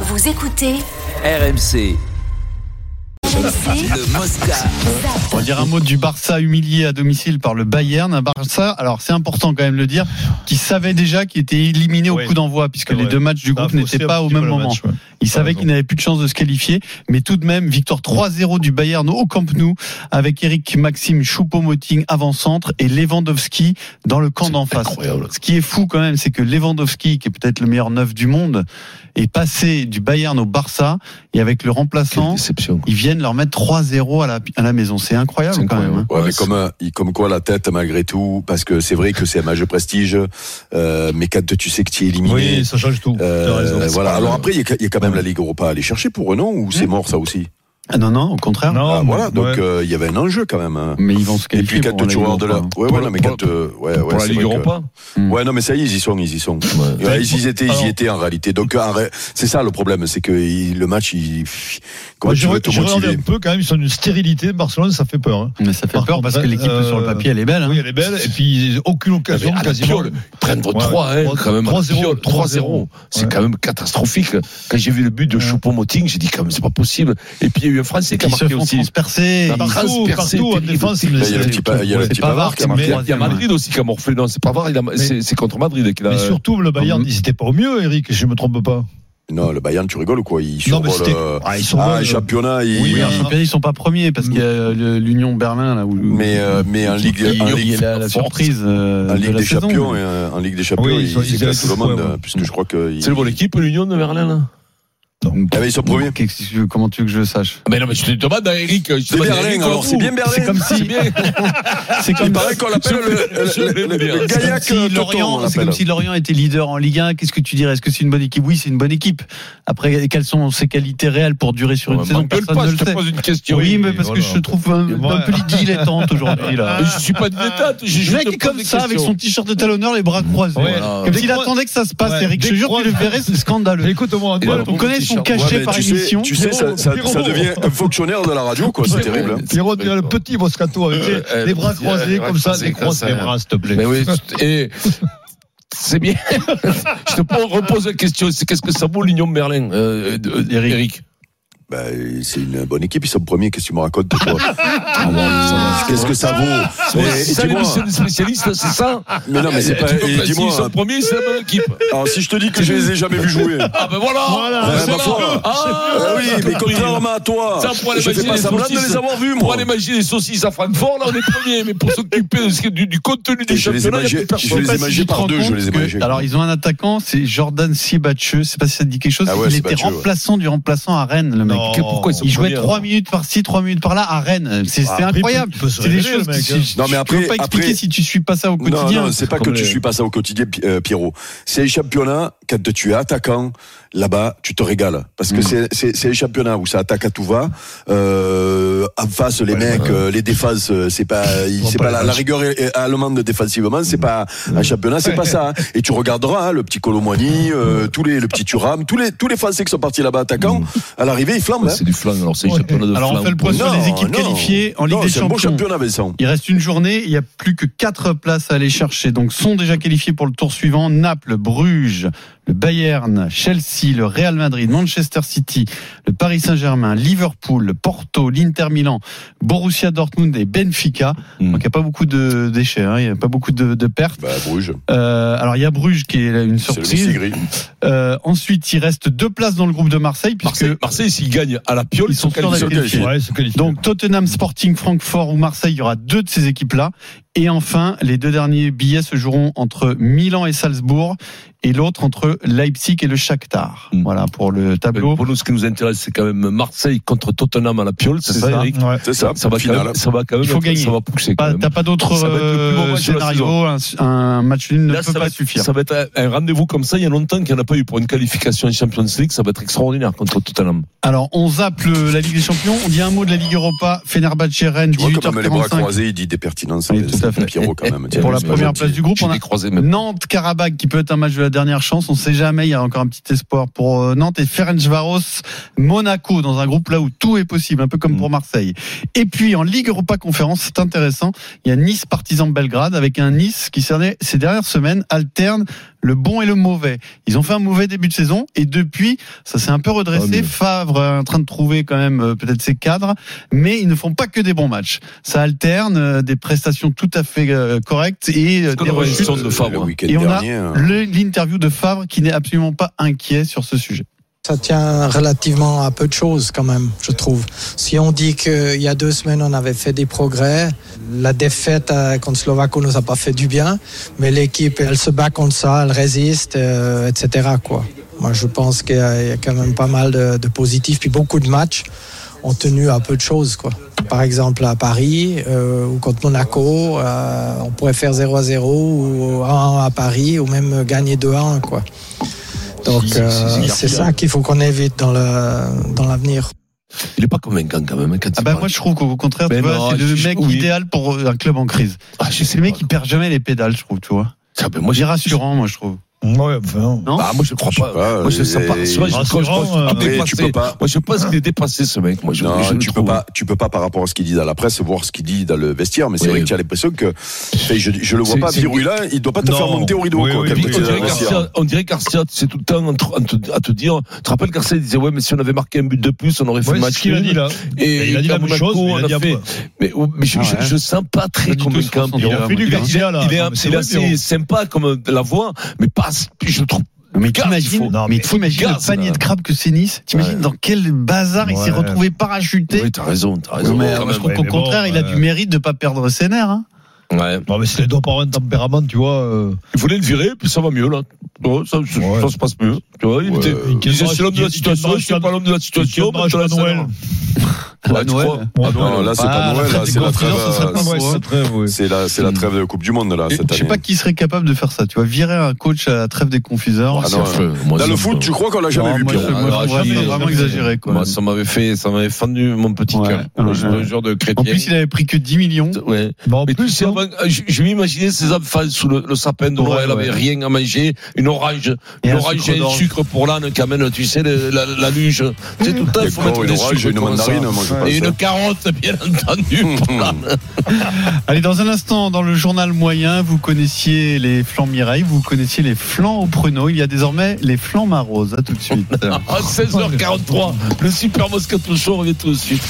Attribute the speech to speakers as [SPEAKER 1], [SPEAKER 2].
[SPEAKER 1] Vous écoutez
[SPEAKER 2] RMC,
[SPEAKER 1] RMC
[SPEAKER 2] le Mosca.
[SPEAKER 3] On va dire un mot du Barça humilié à domicile par le Bayern. Un Barça, alors c'est important quand même de le dire, qui savait déjà qu'il était éliminé au
[SPEAKER 4] Oui.
[SPEAKER 3] coup d'envoi, puisque
[SPEAKER 4] C'est
[SPEAKER 3] les
[SPEAKER 4] vrai.
[SPEAKER 3] deux matchs du groupe n'étaient pas au même moment. Il savait
[SPEAKER 4] raison.
[SPEAKER 3] qu'il n'avait plus de chance de se qualifier, mais tout de même, victoire 3-0 du Bayern au Camp Nou, avec Eric Maxime Choupo-Moting avant-centre et Lewandowski dans le camp d'en face. Ce qui est fou quand même, c'est que Lewandowski, qui est peut-être le meilleur neuf du monde, est passé du Bayern au Barça, et avec le remplaçant,
[SPEAKER 5] déception.
[SPEAKER 3] ils viennent leur mettre 3-0 à la, à la maison. C'est incroyable,
[SPEAKER 5] C'est
[SPEAKER 3] quand même.
[SPEAKER 5] incroyable.
[SPEAKER 3] hein.
[SPEAKER 6] Ouais, mais comme, un- il- comme quoi la tête, malgré tout, parce que c'est vrai que c'est un match de prestige, euh, mais quand tu sais que tu es éliminé.
[SPEAKER 4] Oui, ça change tout.
[SPEAKER 6] euh,
[SPEAKER 4] T'as raison.
[SPEAKER 6] voilà.
[SPEAKER 5] pas
[SPEAKER 6] Alors
[SPEAKER 5] grave.
[SPEAKER 6] après, il y, a- il y a quand même la Ligue Europa à aller chercher pour eux, non Ou c'est mort, ça aussi
[SPEAKER 3] Ah non, non, au contraire.
[SPEAKER 6] Ah,
[SPEAKER 4] Non,
[SPEAKER 6] Voilà, donc euh,
[SPEAKER 4] Mmh. Oh, ouais.
[SPEAKER 6] il y avait un enjeu quand même. hein.
[SPEAKER 3] Mais ils vont se
[SPEAKER 6] Et
[SPEAKER 3] qualifier.
[SPEAKER 6] puis quand
[SPEAKER 3] pour la
[SPEAKER 6] tu
[SPEAKER 3] Ligue
[SPEAKER 6] regardes là.
[SPEAKER 3] Europa.
[SPEAKER 6] Ouais,
[SPEAKER 4] hein. Pour
[SPEAKER 6] ouais,
[SPEAKER 4] le-
[SPEAKER 6] non, mais quand.
[SPEAKER 4] pour-
[SPEAKER 6] euh, ouais, ouais,
[SPEAKER 4] pour la
[SPEAKER 6] c'est
[SPEAKER 4] Ligue
[SPEAKER 6] vrai que- Mmh.
[SPEAKER 4] Europa.
[SPEAKER 6] Ouais, non, mais ça y est, ils y sont, ils y sont.
[SPEAKER 5] Ouais.
[SPEAKER 6] Ouais, ils y étaient, ils
[SPEAKER 4] Alors-
[SPEAKER 6] y étaient en réalité. Donc en ré- c'est ça le problème, c'est que il- le match, il... comment
[SPEAKER 4] Moi,
[SPEAKER 6] tu
[SPEAKER 4] J'ai
[SPEAKER 6] veux te
[SPEAKER 4] j'ai regardé
[SPEAKER 6] motiver
[SPEAKER 4] un peu quand même, ils sont d'une stérilité. Barcelone, ça fait peur. hein.
[SPEAKER 3] Mais ça fait
[SPEAKER 4] Par
[SPEAKER 3] peur
[SPEAKER 4] contre,
[SPEAKER 3] parce que l'équipe
[SPEAKER 4] euh,
[SPEAKER 3] sur le papier, elle est belle. hein.
[SPEAKER 4] Oui, elle est belle. Et puis, aucune occasion
[SPEAKER 5] à la
[SPEAKER 4] quasiment.
[SPEAKER 5] piole, prendre
[SPEAKER 4] Ouais.
[SPEAKER 5] 3, hein, quand même. à la
[SPEAKER 4] 3-0,
[SPEAKER 5] piole, 3-0.
[SPEAKER 4] 3-0.
[SPEAKER 5] C'est
[SPEAKER 4] Ouais.
[SPEAKER 5] quand même catastrophique. Quand j'ai vu le but de
[SPEAKER 4] Ouais.
[SPEAKER 5] Choupo-Moting, j'ai dit, quand même, c'est pas possible. Et puis, il y a eu un Français qui a
[SPEAKER 3] Ils se
[SPEAKER 5] marqué
[SPEAKER 3] font
[SPEAKER 5] aussi.
[SPEAKER 3] transpercer.
[SPEAKER 5] Par-
[SPEAKER 3] ils-
[SPEAKER 4] Partout,
[SPEAKER 5] Reims, percé,
[SPEAKER 4] partout en
[SPEAKER 5] terrible.
[SPEAKER 4] défense, ils
[SPEAKER 6] Là,
[SPEAKER 4] les
[SPEAKER 6] Il y a le petit pa- il y a le
[SPEAKER 3] C'est
[SPEAKER 6] petit
[SPEAKER 3] pas
[SPEAKER 6] Pavard
[SPEAKER 3] Vardy,
[SPEAKER 6] qui a
[SPEAKER 3] mais-
[SPEAKER 6] marqué.
[SPEAKER 5] Il y a- il y a Madrid aussi qui a morflé. Non, c'est pas vrai. il a- C'est c'est contre Madrid qu'il a.
[SPEAKER 4] Mais surtout, le Bayern, ils étaient pas au mieux, Eric, je me trompe pas.
[SPEAKER 6] Non, le Bayern, tu rigoles ou quoi Ils
[SPEAKER 4] Non, mais
[SPEAKER 6] survolent.
[SPEAKER 4] c'était-
[SPEAKER 6] euh,
[SPEAKER 4] Ah, ils sont
[SPEAKER 6] Ah,
[SPEAKER 4] bons,
[SPEAKER 6] le championnat, ils-
[SPEAKER 3] Oui,
[SPEAKER 4] Oui,
[SPEAKER 3] en
[SPEAKER 4] mais-
[SPEAKER 3] championnat, ils sont pas premiers parce qu'il y a euh, l'Union Berlin là où.
[SPEAKER 6] Mais, euh, mais en Ligue,
[SPEAKER 3] qui-
[SPEAKER 6] en
[SPEAKER 3] qui
[SPEAKER 6] Ligue,
[SPEAKER 3] est la, la surprise euh,
[SPEAKER 6] en Ligue
[SPEAKER 3] de la
[SPEAKER 6] des
[SPEAKER 3] saison.
[SPEAKER 6] Champions, et, euh, en Ligue des Champions,
[SPEAKER 4] Oui, ils
[SPEAKER 6] ils,
[SPEAKER 4] sont- ils
[SPEAKER 6] éclatent tout
[SPEAKER 4] étaient
[SPEAKER 6] le monde,
[SPEAKER 4] ouais, ouais.
[SPEAKER 6] euh, puisque je crois que ils-
[SPEAKER 5] C'est le bon équipe, l'Union de Berlin, là.
[SPEAKER 6] Ah, mais ils sont premiers.
[SPEAKER 3] Qu'est-ce que tu- Comment tu veux que je le sache
[SPEAKER 5] Mais non, mais je te demande, hein, Eric. je te
[SPEAKER 6] C'est
[SPEAKER 5] demande,
[SPEAKER 6] Berlin,
[SPEAKER 5] Eric,
[SPEAKER 6] alors c'est bien Berlin.
[SPEAKER 3] C'est comme si.
[SPEAKER 5] C'est bien.
[SPEAKER 3] C'est
[SPEAKER 6] Il
[SPEAKER 3] comme
[SPEAKER 6] paraît qu'on l'appelle le,
[SPEAKER 5] Je
[SPEAKER 6] le,
[SPEAKER 5] l'aime
[SPEAKER 6] le-
[SPEAKER 5] bien.
[SPEAKER 6] le
[SPEAKER 3] C'est
[SPEAKER 5] C'est
[SPEAKER 3] comme
[SPEAKER 6] Gaillac
[SPEAKER 3] si
[SPEAKER 6] Toton,
[SPEAKER 3] Lorient-
[SPEAKER 6] on
[SPEAKER 3] euh, c'est comme
[SPEAKER 6] l'appelle.
[SPEAKER 3] si Lorient était leader en Ligue 1. Qu'est-ce que tu dirais Est-ce que c'est une bonne équipe Oui, c'est une bonne équipe. Après, quelles sont ses qualités réelles pour durer sur une
[SPEAKER 5] Ouais,
[SPEAKER 3] saison
[SPEAKER 5] m'engueule
[SPEAKER 3] Personne
[SPEAKER 5] pas,
[SPEAKER 3] ne
[SPEAKER 5] je
[SPEAKER 3] le
[SPEAKER 5] te
[SPEAKER 3] sait.
[SPEAKER 5] pose une question.
[SPEAKER 3] Oui, mais parce
[SPEAKER 4] voilà.
[SPEAKER 3] que je te trouve un, un
[SPEAKER 4] Ouais.
[SPEAKER 3] peu dilettante aujourd'hui là.
[SPEAKER 5] Mais Je suis pas de détente. Je
[SPEAKER 3] Le mec est comme ça, avec son t-shirt de talonneur, les bras croisés.
[SPEAKER 4] Ouais.
[SPEAKER 3] Comme
[SPEAKER 4] Dès
[SPEAKER 3] s'il
[SPEAKER 4] que moi-
[SPEAKER 3] attendait que ça se passe,
[SPEAKER 4] Ouais.
[SPEAKER 3] Eric. Je
[SPEAKER 4] Dès
[SPEAKER 3] te
[SPEAKER 4] que
[SPEAKER 3] jure
[SPEAKER 4] moi-
[SPEAKER 3] qu'il le verrait, c'est
[SPEAKER 4] Mais
[SPEAKER 3] scandaleux.
[SPEAKER 4] Écoute-moi,
[SPEAKER 5] Et
[SPEAKER 4] Antoine,
[SPEAKER 5] alors,
[SPEAKER 3] On connaît son
[SPEAKER 5] t-shirt.
[SPEAKER 6] Ouais,
[SPEAKER 3] cachet
[SPEAKER 6] mais
[SPEAKER 3] par
[SPEAKER 6] tu sais,
[SPEAKER 3] émission.
[SPEAKER 6] tu sais ça, ça, ça devient un fonctionnaire de la radio, quoi. C'est
[SPEAKER 5] Ouais.
[SPEAKER 6] terrible. hein.
[SPEAKER 4] Pierrot, tu as le petit Moscato avec
[SPEAKER 5] Euh,
[SPEAKER 4] les-
[SPEAKER 5] euh,
[SPEAKER 4] les bras
[SPEAKER 5] petit,
[SPEAKER 4] croisés
[SPEAKER 5] euh,
[SPEAKER 4] comme ça,
[SPEAKER 5] croisés
[SPEAKER 4] décroise
[SPEAKER 5] comme ça.
[SPEAKER 4] les bras, s'il te plaît.
[SPEAKER 5] Mais oui, et c'est bien. je te pose- repose la question. C'est qu'est-ce que ça vaut l'Union Berlin, euh, de- de-
[SPEAKER 3] Eric.
[SPEAKER 5] Eric
[SPEAKER 6] Bah, c'est une bonne équipe, ils sont premiers. Qu'est-ce que tu me racontes, toi Ah Qu'est-ce que ça vaut Mais,
[SPEAKER 5] C'est ça
[SPEAKER 6] dis-moi.
[SPEAKER 5] l'émission des spécialistes, c'est ça
[SPEAKER 6] Mais non, mais c'est pas.
[SPEAKER 5] Tu peux
[SPEAKER 6] et
[SPEAKER 5] pas- S'ils
[SPEAKER 6] Dis-moi.
[SPEAKER 5] sont premiers, c'est la bonne équipe.
[SPEAKER 6] Alors, si je te dis que je les ai jamais vus jouer.
[SPEAKER 5] Ah ben voilà
[SPEAKER 4] Voilà.
[SPEAKER 5] Ben
[SPEAKER 6] Ouais, ma foi.
[SPEAKER 5] Ah,
[SPEAKER 6] Ah oui, mais contrairement à toi,
[SPEAKER 5] Ça, pour aller
[SPEAKER 6] je fais
[SPEAKER 5] manger
[SPEAKER 6] pas
[SPEAKER 5] les
[SPEAKER 6] semblant de
[SPEAKER 5] saucisses.
[SPEAKER 6] les avoir vus,
[SPEAKER 5] Pour
[SPEAKER 6] moi.
[SPEAKER 5] aller manger les saucisses à Francfort, là on est premiers, mais pour s'occuper de ce- du, du contenu
[SPEAKER 6] Et
[SPEAKER 5] du
[SPEAKER 6] je les ai
[SPEAKER 5] championnat, il y a
[SPEAKER 6] mangés-
[SPEAKER 5] plus personne.
[SPEAKER 6] je les ai
[SPEAKER 3] Parce que
[SPEAKER 6] mangés
[SPEAKER 3] tu te
[SPEAKER 6] par
[SPEAKER 3] rends
[SPEAKER 6] deux, je
[SPEAKER 3] compte
[SPEAKER 6] les ai
[SPEAKER 3] que-
[SPEAKER 6] mangés.
[SPEAKER 3] Alors, ils ont un attaquant, c'est Jordan Sibatcheux. Je sais pas si ça te dit quelque chose.
[SPEAKER 6] Ah ouais,
[SPEAKER 3] il était
[SPEAKER 6] Sibatcheux, ouais.
[SPEAKER 3] remplaçant du remplaçant à Rennes, le mec.
[SPEAKER 4] Non.
[SPEAKER 5] Que- Pourquoi ils sont
[SPEAKER 3] Il jouait
[SPEAKER 5] premiers, hein? alors
[SPEAKER 3] trois minutes par-ci, trois minutes par-là à Rennes. C'est c'est
[SPEAKER 4] Après,
[SPEAKER 3] incroyable.
[SPEAKER 4] il peut se
[SPEAKER 3] C'est des
[SPEAKER 4] révéler, le
[SPEAKER 3] choses.
[SPEAKER 4] mec,
[SPEAKER 3] que
[SPEAKER 4] hein.
[SPEAKER 3] tu-
[SPEAKER 6] Non, mais
[SPEAKER 3] tu
[SPEAKER 6] après-
[SPEAKER 3] peux pas expliquer
[SPEAKER 6] après-
[SPEAKER 3] si tu suis pas ça au
[SPEAKER 6] Non,
[SPEAKER 3] quotidien.
[SPEAKER 6] non, c'est pas que
[SPEAKER 5] Comme
[SPEAKER 6] tu
[SPEAKER 5] les-
[SPEAKER 6] suis pas ça au quotidien, Pi- euh, Pierrot. C'est un championnat, quand tu es attaquant, là-bas, tu te régales. Parce que c'est- c'est c'est un championnat où ça attaque à tout va. Euh, en face, les mecs, euh, les défenses, euh, c'est pas, ils-
[SPEAKER 4] font
[SPEAKER 6] c'est
[SPEAKER 4] pas
[SPEAKER 6] pas
[SPEAKER 4] les
[SPEAKER 6] la, la rigueur est- est allemande défensivement, c'est pas un championnat, c'est pas ça. hein. Et tu regarderas, hein, le petit Colomboigny, euh, tous les, le petit Thuram, tous les, tous les Français qui sont partis là-bas attaquants, à l'arrivée, ils flambent.
[SPEAKER 5] Ouais,
[SPEAKER 6] hein.
[SPEAKER 5] C'est du flingue, alors c'est un
[SPEAKER 4] Ouais.
[SPEAKER 5] championnat de
[SPEAKER 3] Alors, on
[SPEAKER 5] flingue.
[SPEAKER 3] fait le point sur les équipes qualifiées en Ligue
[SPEAKER 6] Non,
[SPEAKER 3] des
[SPEAKER 6] c'est un bon
[SPEAKER 3] Champions.
[SPEAKER 6] championnat, Vincent.
[SPEAKER 3] Il reste une journée, il n'y a plus que quatre places à aller chercher. Donc sont déjà qualifiés pour le tour suivant Naples, Bruges, le Bayern, Chelsea, le Real Madrid, Manchester City, le Paris Saint-Germain, Liverpool, le Porto, l'Inter Milan, Borussia Dortmund et Benfica.
[SPEAKER 5] Mm.
[SPEAKER 3] Donc il n'y a pas beaucoup de déchets, hein, il n'y a pas beaucoup de, de pertes.
[SPEAKER 6] Bah, Bruges,
[SPEAKER 3] Euh, alors il y a Bruges qui est une
[SPEAKER 6] c'est le Messi
[SPEAKER 3] surprise.
[SPEAKER 6] gris.
[SPEAKER 3] Euh, ensuite il reste deux places dans le groupe de Marseille puisque
[SPEAKER 5] Marseille, Marseille s'ils gagnent à la piole,
[SPEAKER 3] Ils
[SPEAKER 5] ils,
[SPEAKER 3] sont
[SPEAKER 5] sont
[SPEAKER 3] sûrs
[SPEAKER 5] qualifiés.
[SPEAKER 3] d'être qualifiés.
[SPEAKER 4] Ouais, c'est qualifié.
[SPEAKER 3] Donc Tottenham, Sporting, Francfort ou Marseille, il y aura deux de ces équipes-là. Et enfin, les deux derniers billets se joueront entre Milan et Salzbourg et l'autre entre Leipzig et le Shakhtar.
[SPEAKER 5] Mm.
[SPEAKER 3] Voilà pour le
[SPEAKER 5] Euh,
[SPEAKER 3] tableau.
[SPEAKER 5] Pour nous, ce qui nous intéresse, c'est quand même Marseille contre Tottenham à la piole, c'est
[SPEAKER 3] C'est
[SPEAKER 5] ça,
[SPEAKER 3] ça.
[SPEAKER 5] Eric
[SPEAKER 4] Ouais.
[SPEAKER 6] C'est ça,
[SPEAKER 5] ça va, quand
[SPEAKER 6] finale.
[SPEAKER 5] même, ça va quand même.
[SPEAKER 3] Il faut
[SPEAKER 5] être-
[SPEAKER 3] gagner.
[SPEAKER 5] Ça va pousser quand
[SPEAKER 3] Pas-
[SPEAKER 5] même.
[SPEAKER 3] T'as pas d'autre
[SPEAKER 5] Ça va être le plus bon match de la
[SPEAKER 3] scénario, un, un match nul ne
[SPEAKER 5] Là,
[SPEAKER 3] peut
[SPEAKER 5] ça
[SPEAKER 3] pas
[SPEAKER 5] va, être,
[SPEAKER 3] suffire.
[SPEAKER 5] ça va être un- un rendez-vous comme ça. Il y a longtemps qu'il n'y en a pas eu pour une qualification en Champions League. Ça va être extraordinaire contre Tottenham.
[SPEAKER 3] Alors, on zappe le- la Ligue des Champions, on dit un mot de la Ligue Europa, Fenerbahçe Rennes,
[SPEAKER 6] Tu vois, comme même les bras
[SPEAKER 3] 18h45.
[SPEAKER 6] croisés, il dit des pertinences.
[SPEAKER 3] Il est
[SPEAKER 6] mais
[SPEAKER 3] tout à à fait.
[SPEAKER 6] Pierrot, quand même. tiens.
[SPEAKER 3] Pour la
[SPEAKER 5] c'est
[SPEAKER 3] première
[SPEAKER 5] gentil.
[SPEAKER 3] place du groupe,
[SPEAKER 5] Je
[SPEAKER 3] on a
[SPEAKER 5] l'ai croisé même.
[SPEAKER 3] Nantes Karabakh qui peut être un match de la dernière chance, on sait jamais, il y a encore un petit espoir pour euh, Nantes et Ferencvaros Monaco dans un groupe là où tout est possible, un peu comme pour Marseille. Et puis en Ligue Europa Conférence, c'est intéressant, il y a Nice Partizan Belgrade avec un Nice qui ces ces dernières semaines alterne le bon et le mauvais. Ils ont fait un mauvais début de saison et depuis ça s'est un peu redressé. Favre euh, en train de trouver quand même euh, peut-être ses cadres, mais ils ne font pas que des bons matchs. Ça alterne euh, des prestations tout à fait euh, correctes et euh,
[SPEAKER 5] Est-ce qu'on
[SPEAKER 3] des
[SPEAKER 5] aurait une
[SPEAKER 3] rechutes.
[SPEAKER 5] sorte de hein.
[SPEAKER 6] Le
[SPEAKER 5] Favre
[SPEAKER 6] week-end
[SPEAKER 3] Et on a
[SPEAKER 6] dernier. euh,
[SPEAKER 3] le- l'interview de Favre qui n'est absolument pas inquiet sur ce sujet. Ah
[SPEAKER 2] Ça tient relativement à peu de choses quand même, je trouve. Si on dit qu'il y a deux semaines, on avait fait des progrès, la défaite euh, contre Slovaco nous a pas fait du bien, mais l'équipe, elle se bat contre ça, elle résiste, euh, etc. Quoi. Moi, je pense qu'il y a il y a quand même pas mal de, de positifs, puis beaucoup de matchs ont tenu à peu de choses. Quoi. Par exemple, à Paris euh, ou contre Monaco, euh, on pourrait faire 0 à 0 ou 1 à Paris ou même gagner 2 à 1. Quoi. Donc,
[SPEAKER 4] Si, si,
[SPEAKER 2] euh,
[SPEAKER 4] si, si,
[SPEAKER 2] c'est
[SPEAKER 4] si.
[SPEAKER 2] ça qu'il faut qu'on évite dans le- dans l'avenir.
[SPEAKER 5] Il est pas convaincant quand même. hein, Quand
[SPEAKER 3] Ah
[SPEAKER 5] il
[SPEAKER 3] bah
[SPEAKER 5] parle.
[SPEAKER 3] moi je trouve qu'au contraire, tu
[SPEAKER 5] Mais
[SPEAKER 3] vois,
[SPEAKER 5] non,
[SPEAKER 3] c'est le
[SPEAKER 5] je-
[SPEAKER 3] mec
[SPEAKER 5] oui.
[SPEAKER 3] idéal pour euh, un club en crise.
[SPEAKER 5] Ah, je
[SPEAKER 3] C'est
[SPEAKER 5] sais
[SPEAKER 3] le mec
[SPEAKER 5] pas.
[SPEAKER 3] qui perd jamais les pédales, je trouve, tu vois.
[SPEAKER 5] Ah, ben moi,
[SPEAKER 3] J'ai
[SPEAKER 5] je-
[SPEAKER 3] rassurant, moi je trouve.
[SPEAKER 4] Ouais, enfin.
[SPEAKER 3] non
[SPEAKER 5] Ah, moi, je crois
[SPEAKER 6] Bah, Je sais
[SPEAKER 5] pas.
[SPEAKER 6] pas,
[SPEAKER 5] Moi, je
[SPEAKER 6] euh,
[SPEAKER 5] sais pas. Souvent, je-
[SPEAKER 4] Ah,
[SPEAKER 5] je-
[SPEAKER 4] c'est
[SPEAKER 5] je-
[SPEAKER 4] grand,
[SPEAKER 5] je-
[SPEAKER 4] euh,
[SPEAKER 5] je-
[SPEAKER 6] après, tu
[SPEAKER 5] dépassé.
[SPEAKER 6] peux pas.
[SPEAKER 5] Moi, je pense qu'il est dépassé, ce mec. Moi, je,
[SPEAKER 6] Non,
[SPEAKER 5] je le
[SPEAKER 6] tu peux
[SPEAKER 5] trouve.
[SPEAKER 6] pas, tu peux pas par rapport à ce qu'il dit dans la presse voir ce qu'il dit dans le vestiaire, mais c'est
[SPEAKER 5] Oui.
[SPEAKER 6] vrai que tu as l'impression que enfin, je, je le vois
[SPEAKER 5] C'est-
[SPEAKER 6] pas
[SPEAKER 5] c'est-
[SPEAKER 6] Virouilla, il doit pas te
[SPEAKER 4] Non.
[SPEAKER 6] faire monter au rideau
[SPEAKER 4] Oui,
[SPEAKER 6] quoi,
[SPEAKER 4] oui,
[SPEAKER 6] quand
[SPEAKER 4] oui,
[SPEAKER 6] t'es
[SPEAKER 5] on,
[SPEAKER 6] dans le
[SPEAKER 5] dirait
[SPEAKER 6] vestiaire.
[SPEAKER 5] Garcia, on dirait Garcia, c'est tout le temps en tra- en te- à te dire. Tu te rappelles, Garcia il disait Ouais, mais si on avait marqué un but de plus, on aurait fait
[SPEAKER 4] Ouais, c'est
[SPEAKER 5] match.
[SPEAKER 4] ce qu'il a
[SPEAKER 5] nul.
[SPEAKER 4] dit là.
[SPEAKER 5] Et
[SPEAKER 4] il a dit la
[SPEAKER 5] qu'à
[SPEAKER 4] même
[SPEAKER 5] Monaco,
[SPEAKER 4] chose, mais il a
[SPEAKER 5] on
[SPEAKER 4] dit
[SPEAKER 5] a fait.
[SPEAKER 4] après.
[SPEAKER 5] Mais, mais je,
[SPEAKER 3] Ah
[SPEAKER 5] je,
[SPEAKER 3] ouais.
[SPEAKER 5] je sens pas
[SPEAKER 3] Le
[SPEAKER 5] très
[SPEAKER 3] Nito
[SPEAKER 5] convaincant.
[SPEAKER 3] se
[SPEAKER 4] Il
[SPEAKER 3] Garcia,
[SPEAKER 4] a fait du
[SPEAKER 3] il est-
[SPEAKER 4] Garcia là.
[SPEAKER 5] Il est,
[SPEAKER 4] Non, mais c'est
[SPEAKER 5] il est
[SPEAKER 4] vrai, Pierrot.
[SPEAKER 5] assez sympa comme euh, la voix, mais pas. Je le trouve.
[SPEAKER 3] Mais
[SPEAKER 5] Garde, il faut-
[SPEAKER 3] t'imagines,
[SPEAKER 4] Non,
[SPEAKER 3] mais
[SPEAKER 4] mais
[SPEAKER 3] t'imagines le
[SPEAKER 5] Garde,
[SPEAKER 3] panier
[SPEAKER 5] là.
[SPEAKER 3] de crabe que c'est Nice T'imagines
[SPEAKER 5] Ouais.
[SPEAKER 3] dans quel bazar il s'est
[SPEAKER 4] Ouais.
[SPEAKER 3] retrouvé parachuté
[SPEAKER 5] Oui, t'as raison, t'as
[SPEAKER 3] Ouais,
[SPEAKER 5] raison.
[SPEAKER 3] mais moi, je
[SPEAKER 5] quand même.
[SPEAKER 3] trouve
[SPEAKER 4] ouais,
[SPEAKER 3] qu'au
[SPEAKER 4] mais bon,
[SPEAKER 3] contraire, il a
[SPEAKER 4] ouais.
[SPEAKER 3] du mérite de pas perdre ses nerfs. hein.
[SPEAKER 5] Ouais.
[SPEAKER 4] Non, mais c'est il doit pas avoir un tempérament, tu vois. euh,
[SPEAKER 5] Il voulait le virer, puis ça va mieux, là. Bon, ça, ça-
[SPEAKER 4] Ouais.
[SPEAKER 5] ça se passe mieux. Tu vois, il
[SPEAKER 6] Ouais.
[SPEAKER 5] était.
[SPEAKER 4] Il
[SPEAKER 5] Il disait,
[SPEAKER 4] tiendra-
[SPEAKER 5] c'est l'homme de la
[SPEAKER 4] il
[SPEAKER 5] situation,
[SPEAKER 4] tiendra
[SPEAKER 5] je suis
[SPEAKER 4] jusqu'à-
[SPEAKER 5] pas l'homme de la situation,
[SPEAKER 4] il tiendra
[SPEAKER 5] mais je te
[SPEAKER 4] jusqu'à
[SPEAKER 5] laisse
[SPEAKER 4] Noël.
[SPEAKER 5] alors.
[SPEAKER 3] À
[SPEAKER 5] Ouais, tu
[SPEAKER 3] Noël.
[SPEAKER 5] crois
[SPEAKER 4] Bon,
[SPEAKER 5] Ah
[SPEAKER 6] Non, là, c'est
[SPEAKER 3] Ah,
[SPEAKER 6] pas Noël,
[SPEAKER 3] la
[SPEAKER 6] là, c'est la
[SPEAKER 3] trêve
[SPEAKER 6] trêve,
[SPEAKER 3] des confidents, ce serait pas mal.
[SPEAKER 6] euh,
[SPEAKER 4] ouais,
[SPEAKER 3] ouais.
[SPEAKER 4] c'est très, ouais.
[SPEAKER 6] c'est la, c'est la trêve de Coupe du Monde, là, cette
[SPEAKER 3] Je sais
[SPEAKER 6] année.
[SPEAKER 3] pas qui serait capable de faire ça. Tu vois, virer un coach à la trêve des confiseurs.
[SPEAKER 6] Ah,
[SPEAKER 5] c'est
[SPEAKER 6] non,
[SPEAKER 5] affreux. Moi,
[SPEAKER 6] Dans
[SPEAKER 5] ça
[SPEAKER 6] le
[SPEAKER 5] me-
[SPEAKER 6] foot, tu crois qu'on l'a
[SPEAKER 3] Non,
[SPEAKER 6] jamais vu,
[SPEAKER 3] moi,
[SPEAKER 6] Pierrot hein
[SPEAKER 3] je- moi, je trouve
[SPEAKER 5] Ah,
[SPEAKER 3] vraiment-
[SPEAKER 5] jamais,
[SPEAKER 3] vraiment
[SPEAKER 5] jamais.
[SPEAKER 3] exagéré. quoi.
[SPEAKER 5] Moi, ça m'avait fait, ça m'avait fendu mon petit
[SPEAKER 3] Ouais,
[SPEAKER 5] cœur.
[SPEAKER 3] ouais,
[SPEAKER 5] Moi, je
[SPEAKER 3] ouais.
[SPEAKER 5] me jure de
[SPEAKER 3] En
[SPEAKER 5] crépier.
[SPEAKER 3] plus, il avait pris que 10 millions.
[SPEAKER 5] Ouais.
[SPEAKER 4] Bah, en
[SPEAKER 5] Mais tu
[SPEAKER 4] plus,
[SPEAKER 5] sais,
[SPEAKER 4] hein,
[SPEAKER 5] avant, euh, je, je m'imaginais ces enfants sous le, le sapin de
[SPEAKER 3] Ouais,
[SPEAKER 5] Noël,
[SPEAKER 3] ouais.
[SPEAKER 5] avait rien à manger, une orange,
[SPEAKER 3] Et
[SPEAKER 5] une
[SPEAKER 3] un
[SPEAKER 5] orange
[SPEAKER 3] sucre
[SPEAKER 5] et un
[SPEAKER 3] d'orge.
[SPEAKER 5] sucre pour l'âne qui amène, tu sais, le- la, la luge. Tu sais, tout le temps,
[SPEAKER 6] Il y
[SPEAKER 5] il
[SPEAKER 6] a
[SPEAKER 5] faut
[SPEAKER 6] quoi,
[SPEAKER 5] mettre
[SPEAKER 6] une
[SPEAKER 5] des
[SPEAKER 6] orange
[SPEAKER 5] sucres
[SPEAKER 6] et une
[SPEAKER 5] comme ça.
[SPEAKER 6] mandarine, moi, je pense. hein.
[SPEAKER 5] Et une carotte, bien entendu, pour l'âne.
[SPEAKER 3] Allez, dans un instant, dans le journal moyen, vous connaissiez les flancs Mireille, vous connaissiez les flancs au pruneau. Il y a désormais les flancs maroses. À tout de suite.
[SPEAKER 5] À 16h43, le super Moscato Show revient tout de suite.